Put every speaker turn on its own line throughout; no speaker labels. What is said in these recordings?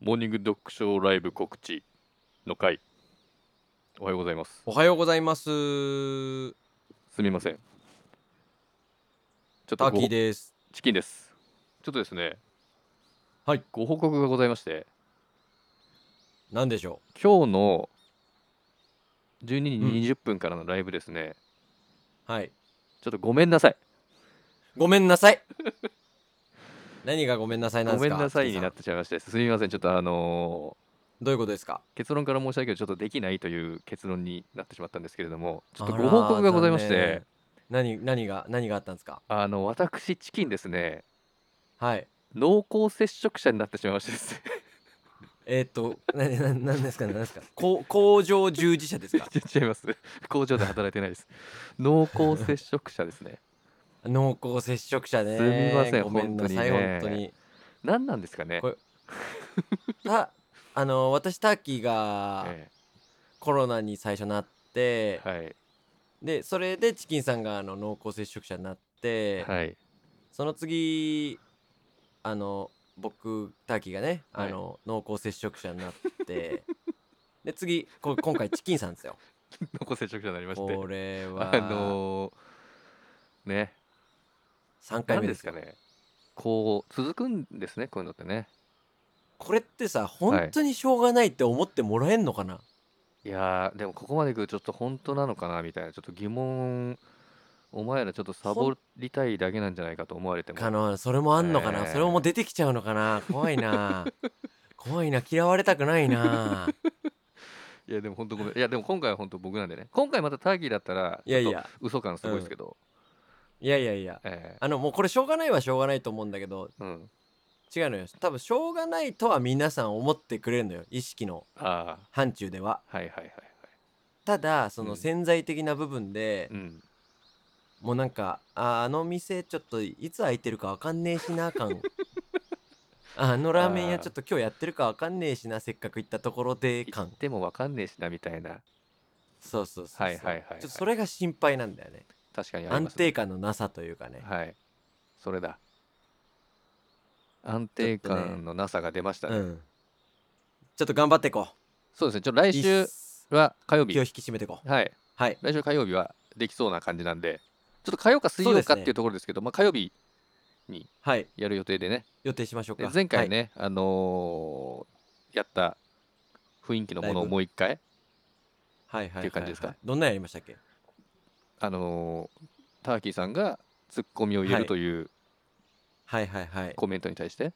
モーニング読書ライブ告知の回おはようございます
おはようございます。ター
すみませんちょっとご
キーです。
チキンですちょっとですね
はい
ご報告がございまして
なんでしょ
今日の12
ん
時20分からのライブですね、
う。はい。
ちょっとごめんなさい
ごめんなさい。 何がごめんなさいなん
ご
です
めん
か。
なさいになっ
チキン
てしまいましてすみませんちょっとあの
さんどういうことですか。
ー結論から申し訳ないけどちょっとできないという結論になってしまったんですけれどもちょっと
あ
ご
らー
報告がございまし。
残
て
念何何が何があったんですか。
あの私チキンですね
はい。
濃厚接触者になってしまいまして ですね。
えーっと 何何何ですか何ですか。こう工場従事者ですか
違います工場で働いてないです濃厚接触者ですね
濃厚接触者ね。
すみません
ごめんなさい
本
本
当
当
に
に。
何なんですかね
これたあの私ターキーが
え
コロナに最初なって
え、はい
でそれでチキンさんがあの濃厚接触者になって、
はい
その次あの僕ターキーがね、
はい
あの濃厚接触者になって で次こ今回チキンさん ですよ
濃厚接触者になりまして
これは
あのーね
3回
何
目
で
ですす
か
かね
ねこう続くんですねこういうのってね
これってさ本当にしょうがないって思ってもらえんのかな、
いやーでもここまでいくとちょっと本当なのかなみたいなちょっと疑問お前らちょっとサボりたいだけなんじゃないかと思われても
かなそれもあんのかな、
ねえ
それも出てきちゃうのかな怖 いな怖いな嫌われたくないない
やでも本当ごめんいやでも今回は本当僕なんでね今回またターキーだったら
いやいや
ちょっと嘘感すごいですけど、
いやいやいや
え
あのもうこれしょうがないはしょうがないと思うんだけど
えうん
違うのよ多分しょうがないとは皆さん思ってくれるのよ意識の
あ
範疇では
あはいはいはいはい
ただそ
うん
の潜在的な部分で
う、ん
もうなんかああの店ちょっといつ開いてるかわかんねえし な感あのラーメン
あ
屋
ー
ちょっと今日やってるかわかんねえしなせっかく行ったところで
行っ
感
てもわかんねえしなみたいな
そうそうそうそう
はいはいはいはい
ちょっとそれが心配なんだよね
確かにあり
安
ますね
定感のなさというかね
はいそれだ安定
ちょっとね
感のなさが出ましたね
うんちょっと頑張っていこ
そうですねちょっと
う
来
一
週は火曜
気
日
を引き締めていこう
はい
はい
来週火曜日はできそうな感じなんでちょっと火曜か水曜
そ
か
うです
っ
ね
ていうところですけどまあ火曜日
はい
やる予定でね
予定しましょう
で
か
前
は
回
い
ね、あのーやった雰囲気のものを
ライブ
もう一回
はいはい
っていう感じですか
はいはいどんなんやりましたっけ
あのーターキーさんがツッコミを入れ
は
る
い
という
はいはいはい
コメントに対して、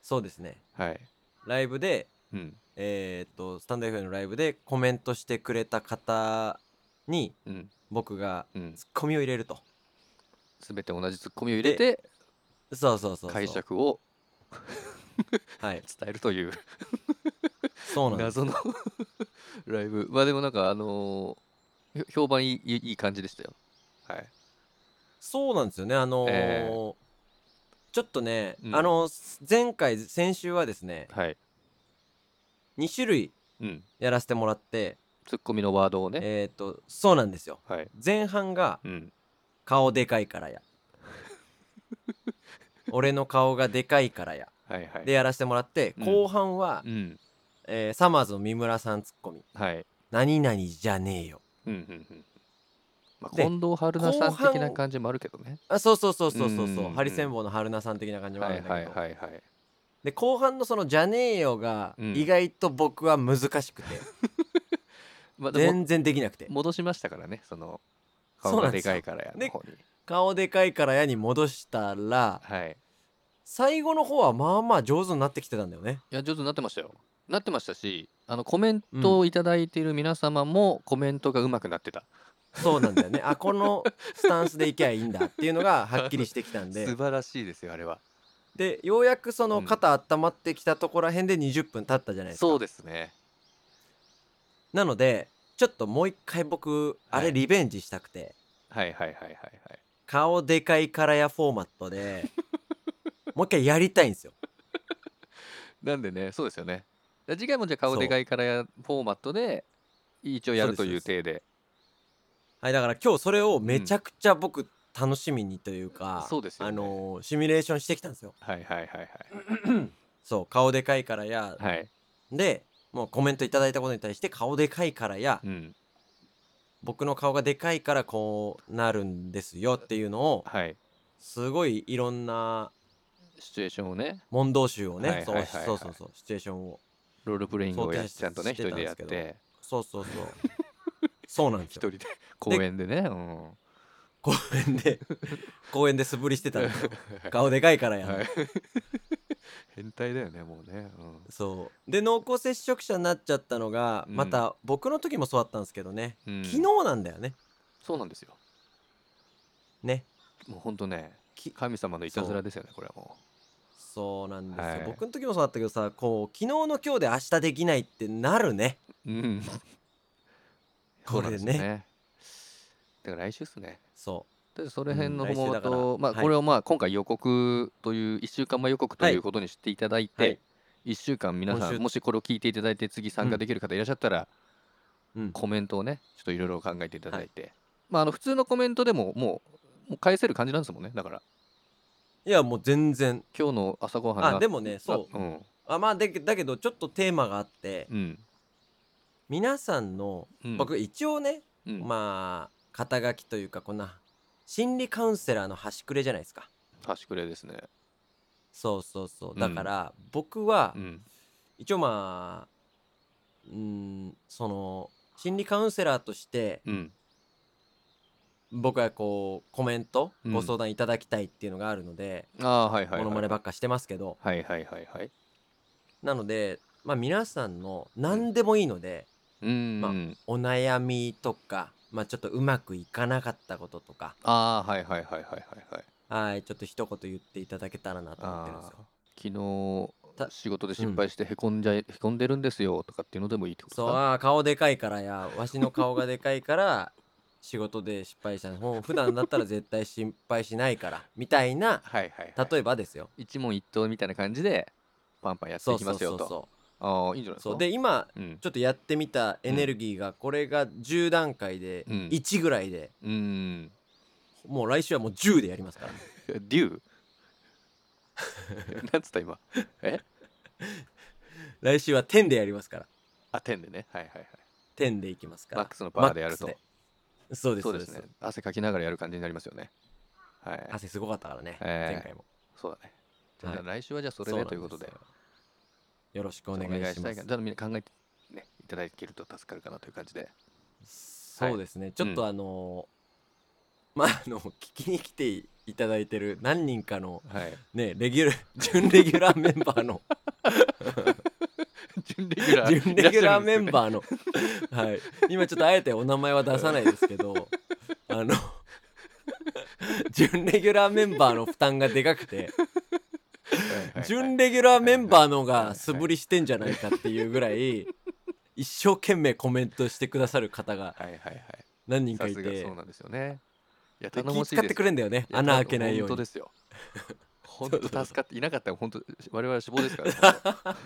そうですね
はい
ライブで
うん
えーっとスタンド F のライブでコメントしてくれた方に
うん
僕が
うん、
ツッコミを入れると
全て同じツッコミを入れて
そうそうそうそう
解釈を
は
伝
い
えるという
そうなんです
謎の ライブまあでもなんかあのーひょ評判いいいいいい感じでしたよはい
そうなんですよねあのー
え
ちょっとね、
うん
あのー前回先週はですね
はい
2種類
うん
やらせてもらって
ツッコミのワードをね
えーっとそうなんですよ
はい
前半が
うん
「顔でかいか らや」「俺の顔がでかいからや」
はいはい
でやらせてもらって、
うん
後半は、
うん
えーサマーズの三村さんツッコミ
はい
「何々じゃねえよ
うんうんうんまあ、
で
近藤春菜さん
後半
的な感じもあるけどね」
あそうそうそうそうそう
うんう
そ
ん
う、
うん
ハリセンボンの春菜さん的な感じもあ
は
る
い
んだけど、
はいはいはい
で後半のその「じゃねえよ」が
うん
意外と僕は難しくて、
まあでも
全然できなくて
戻しましたからねその
そ
顔
うな
が
んで
です
よ
かいからやの
で
方に
「顔でかいからや」に戻したら
はい
最後の方はまあまあ上手になってきてたんだよね
いや上手になってましたよなってましたしあのコメントをいただいている皆様もコメントがうまくなってた、
そうなんだよねあこのスタンスでいけばいいんだっていうの がはっきりしてきたんで
素晴らしいですよあれは
でようやくそうの
ん
肩温まってきたところら辺で20分経ったじゃないですか
そうですね
なのでちょっともう一回僕あ
は
れ
い
リベンジしたくて
はいはいはいはいはい
顔でかいからやフォーマッ トでもう一回やりたいんですよ
なんでねそうですよねだ次回もじゃあ顔でかいからやフォーマットで一応やるという体で
はいだから今日それをめちゃくちゃ僕楽しみにというか、
そうですよね
あのーシミュレーションしてきたんですよ
はいはいはいはい
そう顔でかいからや
はい。
でもうコメントいただいたことに対して顔でかいからや
うん。
僕の顔がでかいからこうなるんですよっていうのを
はい。
すごいいろんな
シチュエーションをね、
問答集を
はい
ねそう
はいはいはい
そうそうそうシチュエーションを
ロールプレイングをや
想定し
ちゃんとね、
して
一
たん
人でやっ
ですけど
て、
そうそうそう そうなんで
一
す
人
よ
で公園でね、うん。は
公園で公園で素振りしてたんですよ
い
顔でかいからや、
はい。変態だよね、もうね。うん
そうで濃厚接触者になっちゃったのが、
うん
また僕の時もそうだったんですけどね、
うん
昨日なんだよね
そうなんですよ。
ね
もう本当ね、
き
神様のいたずらですよね、これはも
そうなんですよ、
はい
僕の時もそうだったけどさこう昨日の今日で明日できないってなるね
う。うん。
これね
そうなんですよね。だから来週っすね。
そ
でその辺の
うん来週
も
だから
と、まあ
はい
これをまあ今回予告という1週間前予告と
はいいう
ことにしていただいう
は
て
い、
1週間皆さ
今
ん
週
もしこれを聞いていただいて次参加できる方いらっしゃったら
うん、
コメントをねちょっといろいろ考えていただいて、まああの普通のコメントでももうもう返せる感じなんですもんねだから
いやもう全然
今日の朝ごはん
あ
が
でもねそう
うん
あまあでだけどちょっとテーマがあって
うん
皆さんの
うん
僕一応ね、
うん
まあ肩書きというかこんな心理カウンセラーの端くれじゃないですか
端くれですね
そうそうそううんだから僕は
うん
一応まあうんその心理カウンセラーとして
うん
僕はこうコメント
うん
ご相談いただきたいっていうのがあるので
ああはいはい
モ
はい
ノマネばっかしてますけど
はいはいはいはい
なのでまあ皆さんの何でもいいので
うん、
まお悩みとかまあちょっとうまくいかなかったこととか
ああはいはいはいはいはいはい
はいちょっと一言言っていただけたらなと思ってるんですよ
あー昨
た
日仕事で失敗してへこんじゃい、へこんでるんですよとかっていうのでもいいってこと
そう
か
あー顔でかいからやわしの顔がでかいから仕事で失敗したのほん普段だったら絶対心配しないからみたいな
はいはい、はい、
例えばですよ
一問一答みたいな感じでパンパンやって
そ
いうき
そ
ま
う
すよ
そう
と
そ
ああいいんじゃないうです
そ
か
うで今
うん
ちょっとやってみたエネルギーがこれが10段階で
うん
1ぐらいで、
うーん
もう来週はもう10でやりますから
竜 なんつった今え
来週は10でやりますから
あ点でねはいはいはい
10でいきますから
マックスのパーでやると
マックスでそうです
そ
そう
で
うですす
ね汗かきながらやる感じになりますよねはい
汗すごかったからね、
えー
前回も
そうだねじゃあ、
はい
来週はじゃあそれ
そ
で
なん
ということです
よよろしくお願いし
た
ま
いか
す
じゃあみんな考えてねいただけると助かるかなという感じで
そうですね、ちょっとあのーまああの聞きに来ていただいてる何人かの
はい
ねレギュラー 準レギュラーメンバーの
準レギュラー
準レギュラーメン
ー
バーの、はい今ちょっとあえてお名前は出さないです けどあの準レギュラーメンバーの負担がでかくて準レギュラーメンバーのが素振りしてんじゃないかっていうぐらい一生懸命コメントしてくださる方が
はいはいはい
何人
さ
かい
すが
て
そうなんですよねいや
で
頼も
気
しい
使
で
っ
す
てくれんだよね
いや
穴
た
開けないよう
本当
に
です よ本当助かっていなかったら本当我々は死亡ですから ね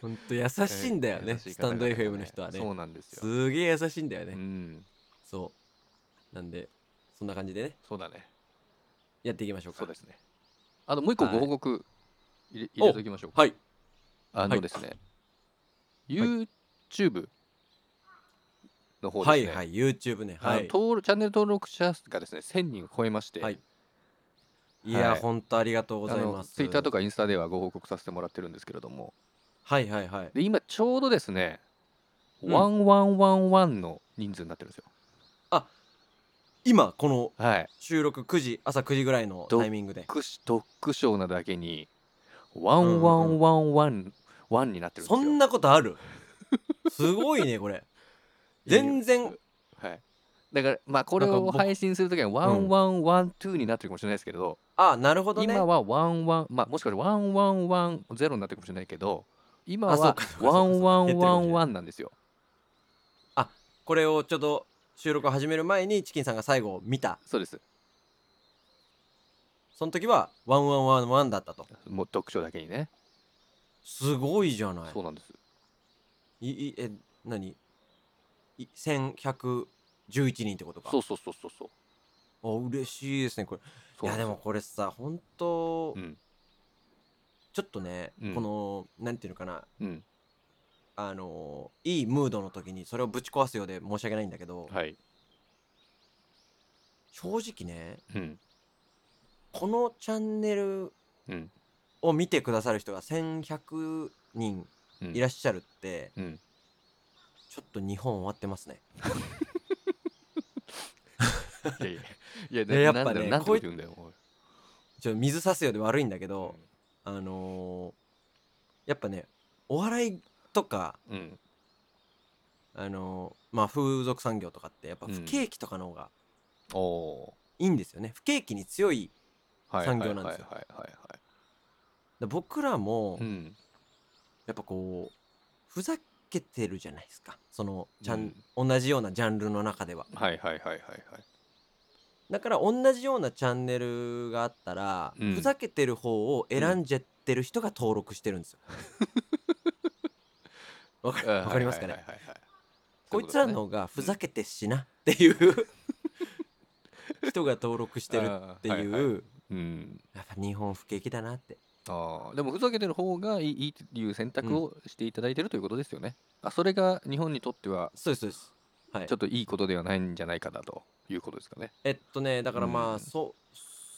ほんと優しいんだよね
優しい
ス
方
タ
々
ンド FM の人は
そう
ね
なんですよ
すげえ優しいんだよ
う
ね
ん
そうなんでそんな感じでね
そうだね
やっていきましょう
そう
か
ですねあともう一個ご報告入れ入れておきましょうか
はい
あのですね YouTube の方
は
です
い
ね
はい YouTube ね
あの
はい
登録チャンネル登録者がですね1000人を超えまして、
はいい
は
や
い
ほんとありがとうご
あ
ざい
の
ます
ツイッターとかインスタではご報告させてもらってるんですけれども
はいはいはい
で今ちょうどですね、
うん
ワンワンワンワンの人数になってるんですよ
今この
はい
収録9時朝9時ぐらいのタイミングで
くしドッグショーなだけにワンワンワンワンワンになってるんです
そ
よ
んなことあるすごいねこれ全然
はいだからまあこれ
なんか
を
僕
配信するときはワンワンワンツーになってるかもしれないですけど、
あなるほどね
今はワンワンまあもしかしたらワンワンワンゼロになってるかもしれないけど今
あそう
は
かそうかそうか
ワンワンワ
減ってるかもしれ
ン
な
ワンなんですよ
これをちょっと収録を始める前にチキンさんが最後見た
そうです
その時はワンワンワンワンだったと
もう読書だけにね、
すごいじゃない
そうなんです
いいえ何い1111人ってことか
そうそうそうそうそう
あ嬉しいですねこれ
そ
いう
な
や
ん
です
よ
もこれさ本当、
うん
ちょっとね、
うん
このなんていうのかな
うん
あのいいムードの時にそれをぶち壊すようで申し訳ないんだけど、
はい
正直ね
うん
このチャンネル
うん
を見てくださる人が1100人
うん
いらっしゃるって、
うん
ちょっと日本終わってますね
いやいやいや
いややっ
なな
ぱ
んだろ
ね
うなんて
こ
こ
い
と言うんだよおい
ちょっと水差すようで悪いんだけど、あのーやっぱねお笑いとか
うん
あのーまあ風俗産業とかってやっぱ
うん
不景気とかの方が
おお
いいんですよね、不景気に強い
ーはい
産業なんですよ
はいはいはいはい
だ僕らも
はいうん
やっぱこうふざけてるじゃないですかそのちゃん、同じようなジャンルの中では
はいはいはいはいはい
だから同じようなチャンネルがあったら、
うん
ふざけてる方を選んじゃってる人が登録してる んですよ。わ、か
うん
わかりますかね、
はいはいはいはい
こいつらの方がふざけてっしなっていう人が登録してるっ
って
いう、
うん
やっぱ日本不景気だなって
ああでもふざけてる方がいいいいっていう選択をしていただいてるということですよね。あそれが日本にとっては
そうですそうです。はい
ちょ、っといいことではないんじゃないかなということですかね。
えっとねだからまあ、
うん
そ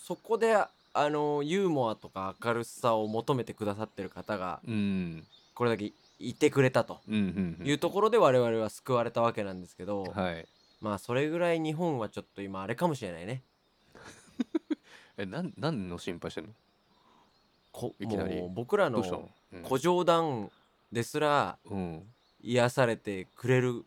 そこであのユーモアとか明るさを求めてくださってる方が
うん
これだけいてくれたと
うんうんうん
いうところで我々は救われたわけなんですけど、
はい。
まあそれぐらい日本はちょっと今あれかもしれないね
えなん何の心配してんの？
こ
いきなり
もう僕ら
どうした
の
の？うん
小冗談ですら
うん
癒されてくれる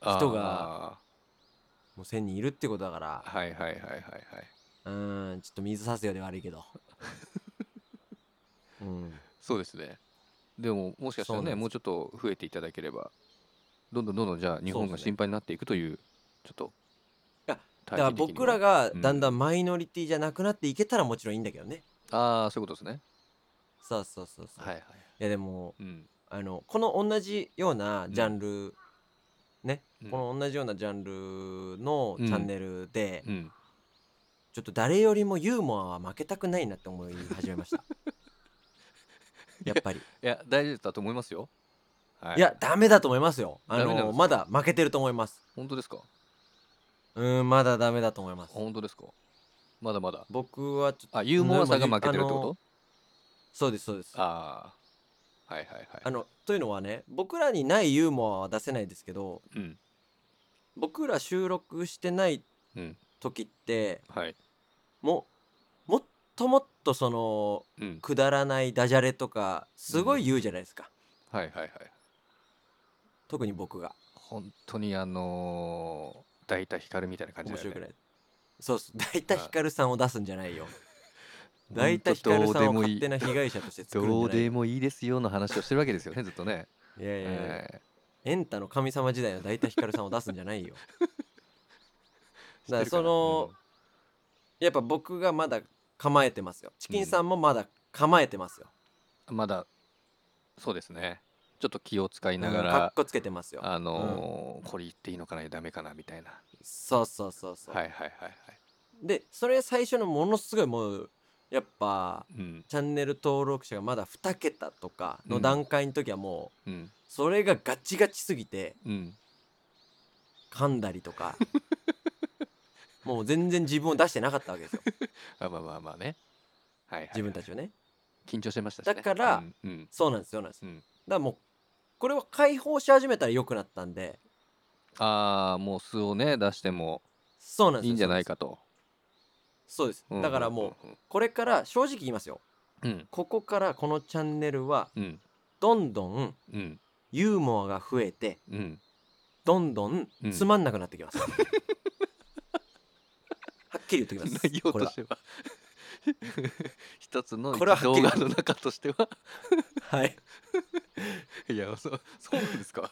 人
が
もう1000人いるってことだから
はいはいはいはいはい。
うーんちょっと水さすようで悪い けどうん
そうですね。でももしかしたら
そうなんで
ね
す
もうちょっと増えていただければどんどんどんどんじゃあ日本
そう
が
ですね
心配になっていくというちょっと。
いやだから僕ら
が
が
うん
だんだんマイノリティじゃなくなっていけたらもちろんいいんだけどね、
ああそういうことですね。
そうそうそうそう、
はい
い、
はい。
やでも
うん
あのこの同じようなジャンル、ね、
うん
この同じようなジャンルの
うん
チャンネルで、
うん。
ちょっと誰よりもユーモアは負けたくないなって思い始めました やっぱ
い
り、、
や大丈夫だと思いますよ。はい
やダメだと思いますよあ
ダメなんで
の
すか
まだ負けてると思います
本当ですか。あ
うーんまだダメだと思います
本当ですか。まだまだ。
僕はちょっと
あユーモアさが負けてるってこと？
そうですそうですあ
ああーはいはいはい。
のというのはね僕らにないユーモアは出せないですけど
うん
僕ら収録してない
うん
時って
はい
ももっともっとその
うん
くだらないダジャレとかすごい言うじゃないですか、
はいはいはい。
特に僕が
本当にあのー、大体光るみたいな感じ
面
だよ
白くな
ね。
いそうそう大体ヒカルさんを出すんじゃないよ大
ほ
体
ん
ヒ
と
カルさんを
どうでもい
勝
い
手な被害者として作る
どう
んじゃない
で
よ
もいいですよの話をしてるわけですよねずっとね。
いやいやいや、
え
エンタの神様時代の大体ヒカルさんを出すんじゃないよ
ー
だから
知ってる
そのやっぱ僕がまだ構えてますよチキンさんもまだ構えてますよ、
うんまだそうですね。ちょっと気を使いなが
うんかっ
ら、
こつけてますよ
あのーこれ言っていいのかなダメかなみたいな。
そうそうそうそう、
はいはいはいはい。
でそれ最初のものすごいもうやっぱ
うん
チャンネル登録者がまだ2桁とか
う
の
ん
段階の時はもう
うん
それがガチガチすぎて
うん。
噛んだり とかもう全然自分を出してなかったわけですよ
あまあまあまあね。はい、はい。
自分たちをね
緊張してましたし、ね。
だから
うん、うん
そうなんですよそうなんです、
うん
だからもうこれは解放し始めたら良くなったんで
ああ、もう素をね、出しても
そうなんです
い
よ
いんじゃないかと。
そうです
うん
だからもうこれから正直言いますよ
うん。うん
ここからこのチャンネルは
うん
どんどん
うん
ユーモアが増えて
うん。
どんどん
うん
つまんなくなってきます、 はっきり言っときます
内容
これ
と
は
しては一つの
これはは
動
っきり
画の中としては
はい
いやそうそうなんですか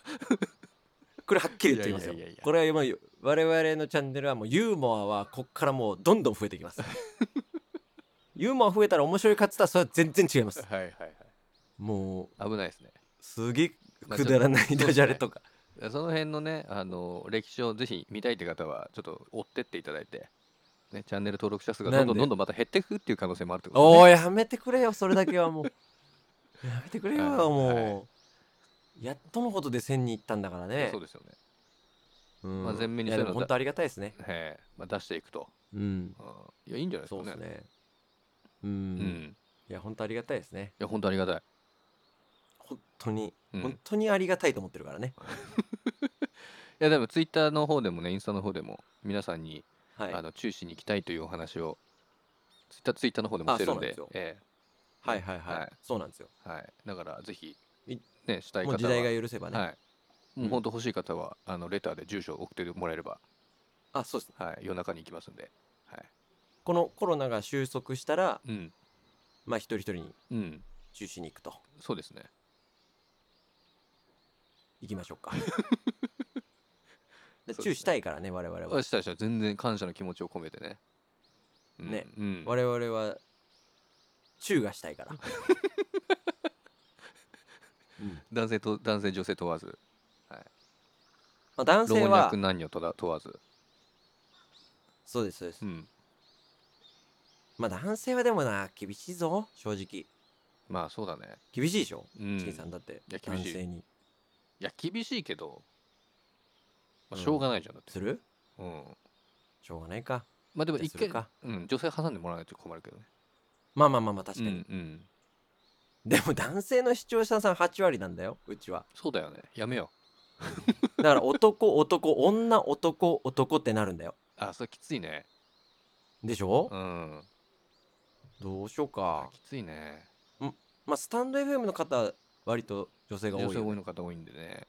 これはっきり言ってきますよ
いやいやいやいや
これはもう我々のチャンネルはもうユーモアはこっからもうどんどん増えてき ますユーモア増えたら面白いかっつったらそれは全然違います
はいはいはい
もう
危ないですね
すげえ
まあ
くだらないダジャ レとか、
その辺のねあの歴史をぜひ見たいって方はちょっと追ってっていただいて、ね、チャンネル登録者数がどんど
な
ん
んで
どんどんまた減っていくっていう可能性もあるってこと
お
ね
いやめてくれよそれだけはもう やめてくれよ
はい
もうやっとのことで1000人いったんだからね
そうですよね。
うん
まあ全面に
いや
そうい
で
うの
も本当ありがたいですね
ええまあ、出していくと。
う
う
ん
んいや、いいんじゃないです
そう
か
で
ね。
すねうん
うん。い
いや本当ありがたいですね
や、本当ありがたい。
本当に
うん
本当にありがたいと思ってるからね
いや、でも、ツイッターの方でもね、インスタの方でも、皆さんに、
はい
あの注視に行きたいというお話を、ツイッター、ツイッターの方でも
あ
してるんで、
そうなんで
え
はいはいは
はいい
そうなんですよ
えはい。だから、ぜひ
い、
ね、したい方
も
は、
う時代が許せばね
はい。もう本当欲しい方は、あのレターで住所を送ってもらえれば、
あそうです
はい、夜中に行きますんで、は
このコロナが収束したら
い、うん、
まあ一人一人に
うん、
中止に行くと
そうですね。
行きまし ょうかで
そうです
注
ね
意したいからね我々は
私たちは全然感謝の気持ちを込めてね。うん
ね、
うん、
我々は中がした いから、うん
男性と男性女性問わず、
まあ、男
老
性は
若男女とだ問わず、
そうですそうです、
うん、
まあ男性はでもな厳しいぞ正直
まあそうだね。
厳しいでしょ、
うん、
チキンさん
い
だって
や厳
男
しい
性に
や厳しいけど、まあ、
うん
しょうがないじゃんだって。
する
うん。
しょうがないか
まあでも
じゃあ
一
する
回
か、
うん、女性挟んでもらわないと困るけどね。
まあまあまあまあ確かに、
うん、うん、
でも男性の視聴者さん8割なんだようちは
そうだよね。やめよう。
だから男 男女男男ってなるんだよ
あ、それきついね。
でしょ、
うん、
どうしようか
きついね。
まあスタンド FM の方割と女性が多いよ
女
ね
性多いの方多いんでね。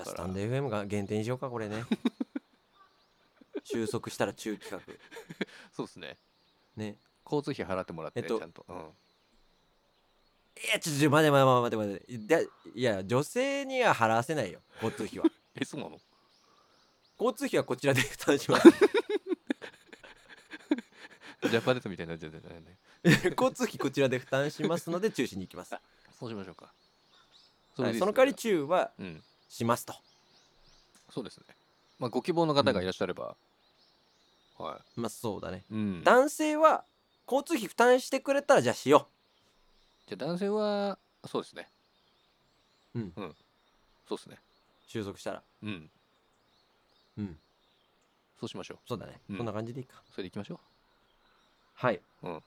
だ
ゃあ
か
ス
ら
タンド FM が限定にしようかこれ ね収束したら中企画
そうですね。
ね
交通費払ってもらって、
えっと
ちゃんと。う
いやちょちょ待て待て待て待て待ていやいや女性には払わせないよ交通費は
ん、え、そうなの
交通費はこちらで負担します
ジャパネットみたいになっちゃってたよね。
交通費こちらで負担しますので中止に行きますはい
そうしましょうか。そ
そ
れでいいっす
の代わり中は
うん、
しますと
そうですね。まあ、ご希望の方がいらっしゃれば、は
まあそうだね
い。うん、じゃ
男性は交通費負担してくれたらじゃあしよ
あ男性は、そうですね。
うん
そうですね。
う収束したら
うん、
うん
そうしましょう。
そうだね、
うん
そんな感じでいいか
それでいきましょ
はいじゃ
う。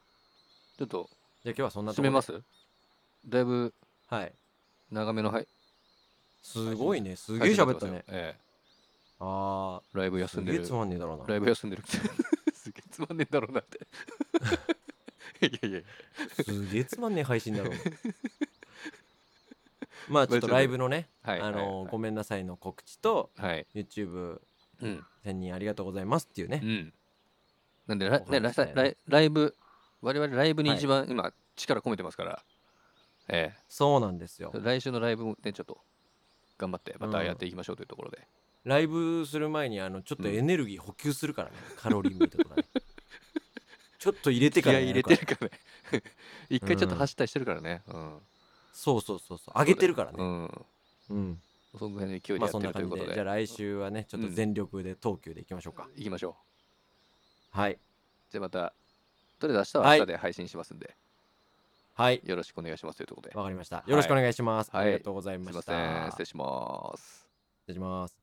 ちょっと、
あ今日はそんなと
締
こ
め
ろで
ますだいぶ
はい
長めの、はい。
すごいねすげえ喋ったね
ええ
あ
ライブ
あ
休んです
げ
る
えつ。まんねえだろうな
ライブ休んでる。 すげえつまんねえんだろうなって。 いやいやいや。
すげえつまんねえ配信だ ろうまあちょっとライブのね、
はい。
あのご
ん。
めんなさいの告知と
はい。
YouTube1000
うん。
人ありがとうございますっていうね、
うん。なんで、ラ
わか
ね
りま
ラ
した
サ
ね
ライライブ、我々ライブに
はい
一番今、力込めてますから、え
そうなんですよ
え、来週のライブもね、ちょっと頑張って、ま
う
た
ん
やっていきましょうというところで、
ライブする前にあのちょっと
うん
エネルギー補給するからね、カロリーメイトと かねちょっと入れて
気
から
合
や
い入
る
れて
から
るからね、 一回ちょっと走ったりしてるからね、うん。
そうそうそうそう上げてるから
う
ね
ん。
うん、
そんぐらいの勢いで
ま
や
あ
って
そん
る
な
とい
感
うこ
じで
とで、
じゃあ来週はねちょっと
うん
全力で東急でいきましょうか、
いきましょう。
はい
じゃあまた、とりあえず明日は明日で配信しますんで、
はい
よろしくお願いしますというところで、
わかりました
い
よろしくお願いします、
はい
ありがとうござい
す
ま
い
し
ま
た
せん、失礼します。
失礼します